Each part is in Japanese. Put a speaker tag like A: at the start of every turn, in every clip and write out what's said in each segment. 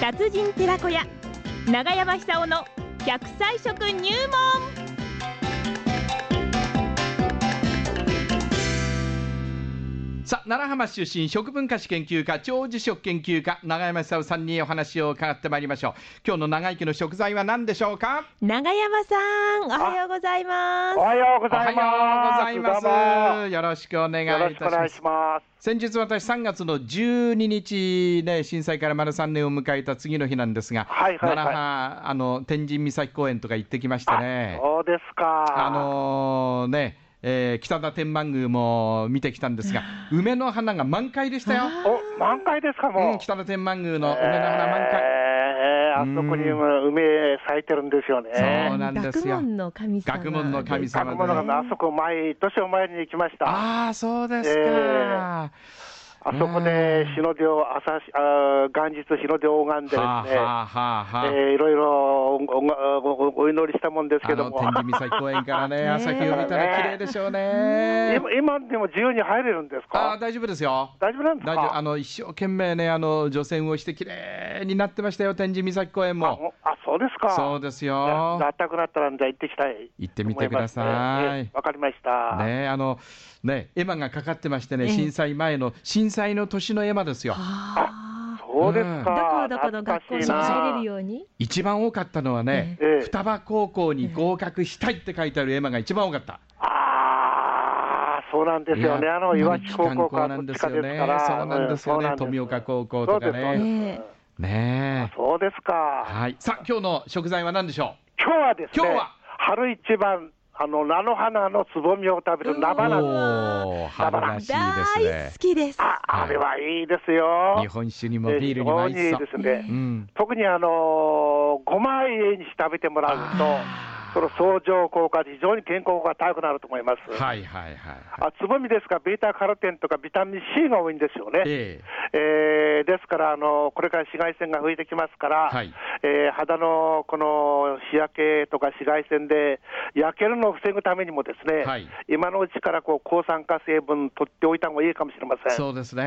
A: 達人寺子屋長山久夫の百歳食入門
B: さあ奈良浜出身食文化史研究家長寿食研究家永山久夫さんにお話を伺ってまいりましょう今日の長生きの食材は何でしょうか
A: 長山さんおはようございます
C: おはようご
B: おは
C: ざいます。
B: ようご
C: どう
B: ざいますよろしくお願
C: もよろ
B: いい
C: したくお
B: しま
C: 願い
B: す
C: します。
B: 先日私3月の12日ね震災から丸3年を迎えた次の日なんですが、
C: はいはいはい
B: 奈良浜あの天神岬公園とか行ってきましたね
C: そうです
B: あ
C: か。
B: のね、えー北田天満宮も見てきたんですが、梅の花が満開でしたよ。
C: お満開ですかもう。
B: うん、北田天満宮の
C: えー
B: 梅の花満開。
C: えーあそこに今梅咲いてるんですよね。
B: そうなんです
A: 学
B: よ。
A: 問の神様
B: 学問の神様
C: 学問の中
B: で
C: のあそこ毎年お参りに行きました。あ
B: ああ、そうです
C: え
B: か。
C: そこで日の出を朝しあ元日日の出を拝んでですね。
B: はあはあはあはあ。
C: えーいろいろおおおお祈りしたもんです
B: あ
C: けど
B: の
C: も、
B: 天神岬公園から ね、朝日を見たら綺麗でしょうね。
C: 今今でも自由に入れるんです
B: ああ、
C: か
B: 大丈夫ですよ。
C: 大丈夫なんですか
B: 大丈夫、あの一生懸命ね、あの除染をして綺麗になってましたよ、天神岬公園も。
C: ああそうですか。
B: そうですよ。
C: あったくなったらじゃあ行ってきたい。
B: 行ってみてください
C: 思ますねええわ、かりました。
B: ねえあのね絵馬がかかってましてね、震災前の震災の年の絵馬ですよ。
A: あー
C: そうです
A: どこ
C: か。
A: どこの学校に
C: 懐かしいな
A: 入れるように
B: 一番多かったのはね、
C: ええ
B: 双葉高校に合格したいって書いてある絵馬が一番多かった。
C: ああ、そうなんですよね。
B: いや
C: あの岩木高校か
B: な
C: ら
B: んで
C: どっち
B: す
C: か
B: よ
C: です
B: ね
C: から。
B: そうなんですよね
C: そうなんです
B: 富岡高校とかね
C: そうです
A: ええ
B: ねえ。
C: そうですか。
B: はい。さあ今日の食材は何でしょ
C: 今日はですね。
B: 今日は
C: 春一番あの菜の花のつぼみを食べる
B: う。
C: 生なんです。
B: おお、春らしいです
A: 大
B: ね
A: 好。きです
C: あ、あれはいいですよ。
B: 日本酒にもビールにも合い
C: 非
B: そ
C: 常にいいです
B: う。
C: ね。
B: うん。
C: 特にあのー、ごま入れにして食べてもらうと、その相乗効果で非常に健康が高くなると思います。
B: はいはいはいはい。
C: あつぼみですが、ベータカロテンとかビタミン C が多いんですよね。
B: ええ。
C: えーですから、あのこれから紫外線が吹いてきますから、
B: はい
C: えー肌のこの日焼けとか紫外線で焼けるのを防ぐためにも、ですね、
B: はい
C: 今のうちからこう抗酸化成分取っておいた方がいいかもしれません。
B: そうです
C: え
B: ね。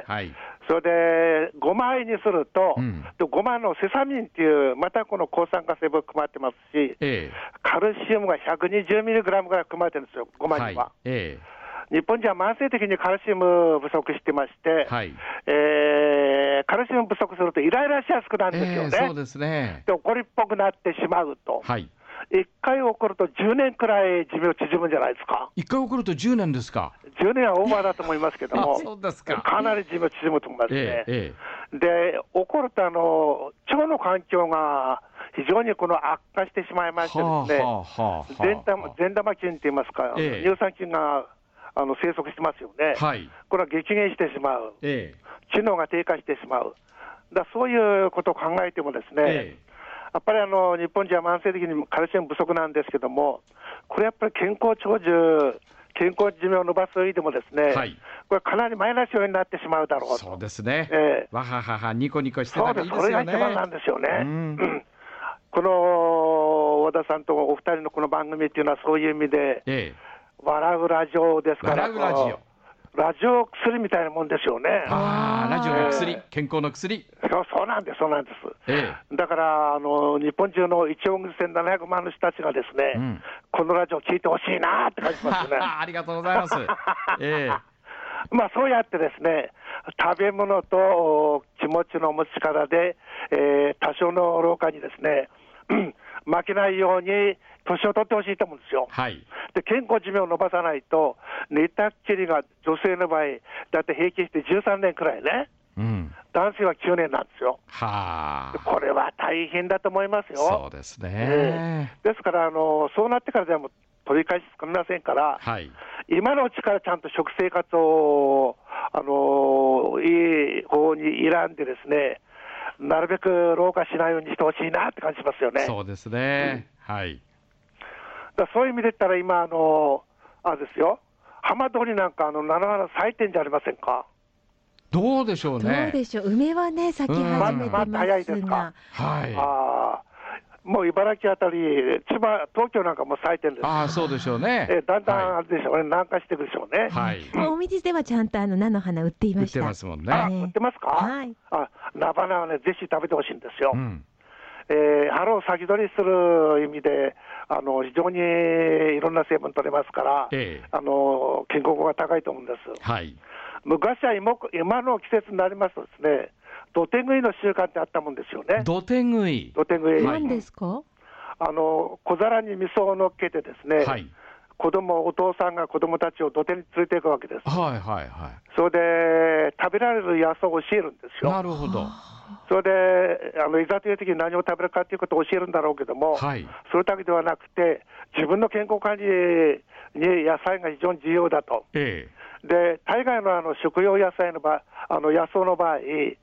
C: え
B: はい。
C: それで、ごまあえにすると、
B: うん
C: とごまのセサミンっていう、またこの抗酸化成分含まれてますし、
B: ええ。
C: カルシウムが120ミリグラムぐらい含まれてるんですよ、ごまには。
B: はい。え
C: 日本人は慢性的にカルシウム不足してまして、
B: はい
C: えーカルシウム不足するとイライラしやすくな
B: え。
C: るんです
B: え
C: よ
B: え、
C: ね。
B: そうですね。
C: で怒りっぽくなってしまうと、
B: はい。
C: 一回怒ると10年くらい寿命縮むんじゃないですか、
B: 一回怒ると10年ですか。
C: 10年はオーバーだと思いますけど
B: あそう
C: も、
B: ですか
C: なり寿命縮むと思いますね。
B: えええ
C: で怒るとあの腸の環境が非常にこの悪化してしまいましてですね、
B: はあはあはあはあ
C: 善玉善玉菌って言いますか、
B: ええ
C: 乳酸菌があの生息してますよね、
B: はい
C: これは激減してしまう、
B: え
C: 知能が低下してしまう、だそういうことを考えてもですね、
B: ええ
C: やっぱりあの日本人は慢性的にカルシウム不足なんですけども、これやっぱり健康長寿、健康寿命を伸ばす上でもですね、
B: はい
C: これかなりマイナスようになってしまうだろうと。
B: そうですね。
C: ええ
B: わはははニコニコして
C: そ
B: た
C: う
B: らい
C: で
B: い
C: す、
B: で
C: そ
B: す
C: れが
B: よ
C: 一
B: ね。
C: 番なんですよね。
B: うん
C: この和田さんとお二人のこの番組っていうのは、そういう意味で、
B: ええ
C: 笑うラジオですから、
B: 笑うラジオ
C: こうラジオ薬みたいなもんですよね。
B: ああラジオの
C: え
B: 薬
C: え
B: 健康の薬。
C: そうそうなんです、そうなんです。
B: え
C: だからあの、日本中の1億1700万の人たちがですね、
B: うん
C: このラジオ聞いてほしいなって感じ
B: え。
C: ま すね。
B: ありがとうございます。え
C: まあそうやってですね、食べ物とお気持ちの持ち方で、えー多少の老化にですね、 うん負けないように年を取ってほしいと思うんですよ
B: え。はい。
C: で健康寿命を伸ばさないと、寝たっきりが女性の場合、だって平均して13年くらいね、
B: うん
C: 男性は9年なんですよ。
B: は
C: で
B: あ。
C: これは大変だと思いますよ。
B: そうですね。
C: ですからあの、そうなってからでも取り返しつかみませんから、
B: はい。
C: 今のうちからちゃんと食生活を、あのいい方に選んで、ですねなるべく老化しないようにしてほしいなって感じしますよね。
B: そうですね。はい。
C: だからそういう意味で言ったら、今、あのあれですよ、浜通りなんか、あの菜の花咲いてんじゃありませんか。
B: どうでしょう
A: どう
B: ね。
A: でしょう梅はね咲き始めて
B: うんま
C: だ早
A: ま
C: いですす
A: が
C: か
B: はい。
C: あーもう茨城あたり、千葉、東京なんかも咲いてるんです。
B: ああ、そうでしょうね。
C: えーだんだん
B: は
C: あれでしょうね、南下していくでしょうね
B: い。。はい。
D: おみじではちゃんとあの菜の花売ってい
B: 売
D: ま
B: っ
D: した。
B: てますもん
C: あ、
B: ね。
D: ね
C: 売ってますか、
D: はい
C: あ、菜花はね、ぜひ食べてほしいんですよ。
B: うん。
C: えー春を先取りする意味で、あの非常にいろんな成分取れますから、
B: ええ
C: あの健康が高いと思うんです。
B: はい。
C: 昔は芋今の季節になりますとですね、土手食いの習慣ってあったもんですよね。
B: 土手食い。
C: 土手食い、
B: はい
D: 何ですか？
C: あの小皿に味噌を乗っけてですね、
B: はい。
C: 子供お父さんが子供たちを土手に連れていくわけです。
B: はいはいは
C: それで食べられる野草を教えるんです
B: い。な
C: よ。
B: るほど。
C: それであのいざという時に何を食べるかということを教えるんだろうけども、
B: はい。
C: それだけではなくて、自分の健康管理に野菜が非常に重要だと。
B: え
C: で、大概のあの食用野菜の場合、あの野草の場合、味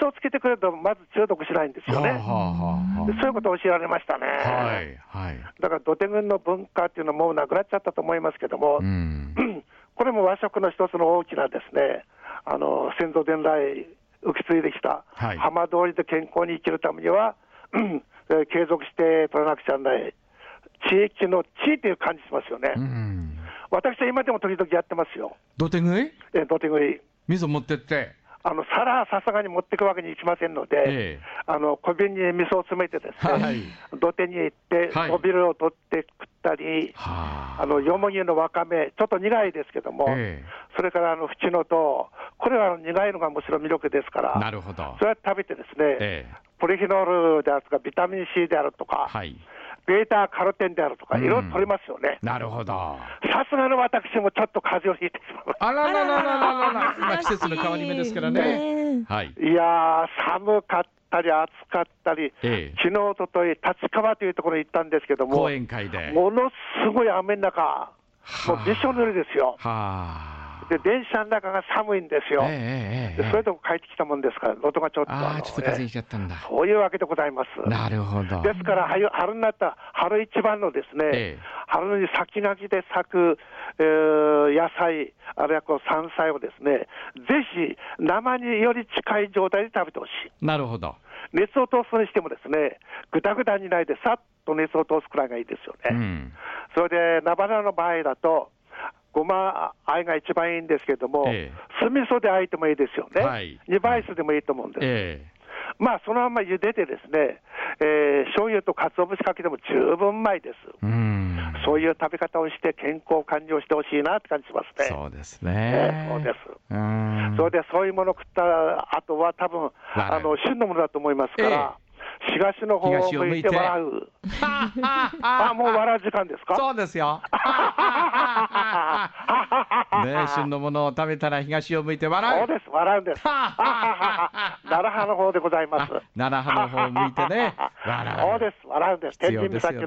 C: 噌をつけてくれるとまず中毒しないんです
B: え。は
C: よ
B: あは
C: ね。
B: あは
C: でそういうことを教えられましたね。
B: あはあ。はいはい。
C: だから土手群の文化っていうのはもうなくなっちゃったと思いますけども、
B: うん。
C: これも和食の一つの大きなですね、あの先祖伝来受け継いできた、
B: はい
C: 浜通りで健康に生きるためには、 うんえー継続して取らなくちゃならない、地域の地という感じしますよね。
B: うん。
C: 私は今でも時々やってますよ、
B: 土手食い
C: えー土手食い。
B: 味噌持ってって。
C: あの皿はさすがに持っていくわけにいきませんので、
B: ええ
C: あの小瓶に味噌を詰めてですね、
B: はい
C: 土手に行って、
B: はい
C: おびるを取って食ったり、
B: はあ。
C: あのよもぎのわかめ、ちょっと苦いですけども、
B: え
C: それからあの縁のと、これはあの苦いのがむしろ魅力ですか
B: え。な
C: ら、
B: るほど
C: そ。れは食べてですね、
B: ええ。
C: ポリフェノールであるとか、ビタミン C であるとか、
B: はい。
C: ベータカロテンであるとか、
B: うん
C: いろいろ取れますよね。
B: なるほど。
C: さすがの私もちょっと風邪をひいてしまいまし
B: あららららららら。
D: あ
B: 今季節の変わり目ですからね。
D: ね
B: はい。
C: た。いやー、寒かったり、暑かったり、
B: ええ。
C: 昨日おととい、立川というところに行ったんですけども
B: 講、演会で。
C: ものすごい雨の中、もうびしょ濡れですよ。
B: はあ。
C: で、電車の中が寒いんですよ。
B: えええええ
C: で
B: え。
C: そういうとこ帰ってきたもんですから、喉がちょっと
B: あ
C: の
B: あ、ちょっと風邪ひいちゃったんだ。
C: そういうわけでございます。
B: なるほど。
C: ですから、はよ春になった、春一番のですね、
B: ええ
C: 春に先書きで咲く、えー野菜、あるいはこう山菜をですね、ぜひ生により近い状態で食べてほしい。
B: なるほど。
C: 熱を通すにしてもですね、ぐだぐだにないで、さっと熱を通すくらいがいいですよ
B: う
C: ね。
B: ん。
C: それで、菜花の場合だと、ごまあえが一番いいんですけれども、
B: ええ
C: 酢味噌であえてもいいですよね、
B: はい
C: 二倍酢でもいいと思うんです。
B: え
C: まあそのまま茹でてですね、えー、醤油と鰹節かけても十分うまいです。
B: え。うん。
C: そういう食べ方をして健康管理をしてほしいなって感じしますね。
B: そうです
C: え
B: ね
C: え。そうです
B: うん。
C: それでそういうものを食った後は多分、
B: はい
C: あの旬のものだと思いますから、東の方を向いて笑う。
B: はあはあ
C: あ、もう笑う時間ですか
B: そうですよ。ねえ、旬のものを食べたら東を向いて
C: そう
B: 笑う。
C: です、笑うんです。
B: はあは
C: 奈良派の方でございます。
B: 奈良派の方を向いてね。笑
C: そうです、笑うんです。
B: 必
C: 天
B: 要
C: 神
B: ですよ
C: 岬
B: ね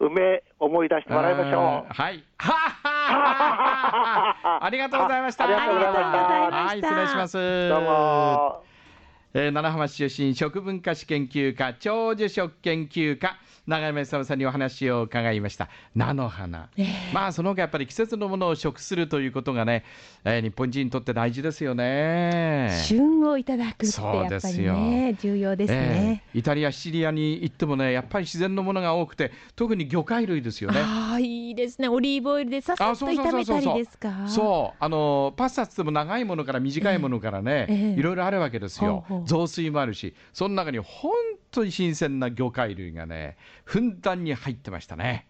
C: の梅思い出して笑いましょ
B: うん。
C: う
B: はい。はははありがとうございました。
C: ありがとうございました
B: はい、失礼します。
C: どうも。
B: えー、奈良浜市出身食文化史研究家長寿食研究家永山久夫さんにお話を伺いました菜の花、まあその他やっぱり季節のものを食するということがね、えー日本人にとって大事ですよね
D: 旬をいただくって
B: そう
D: や
B: で
D: っぱ
B: す
D: り
B: よ
D: ね重要ですね。
B: えーイタリアシチリアに行ってもねやっぱり自然のものが多くて特に魚介類ですよね
D: ああいいですねオリーブオイルでさっさ
B: あ
D: と炒めたりですか。
B: そうあのパスタっつっても長いものから短いものからね、
D: ええええ
B: いろいろあるわけですよ
D: ほうほう
B: 雑炊もあるしその中に本当に新鮮な魚介類がねふんだんに入ってましたね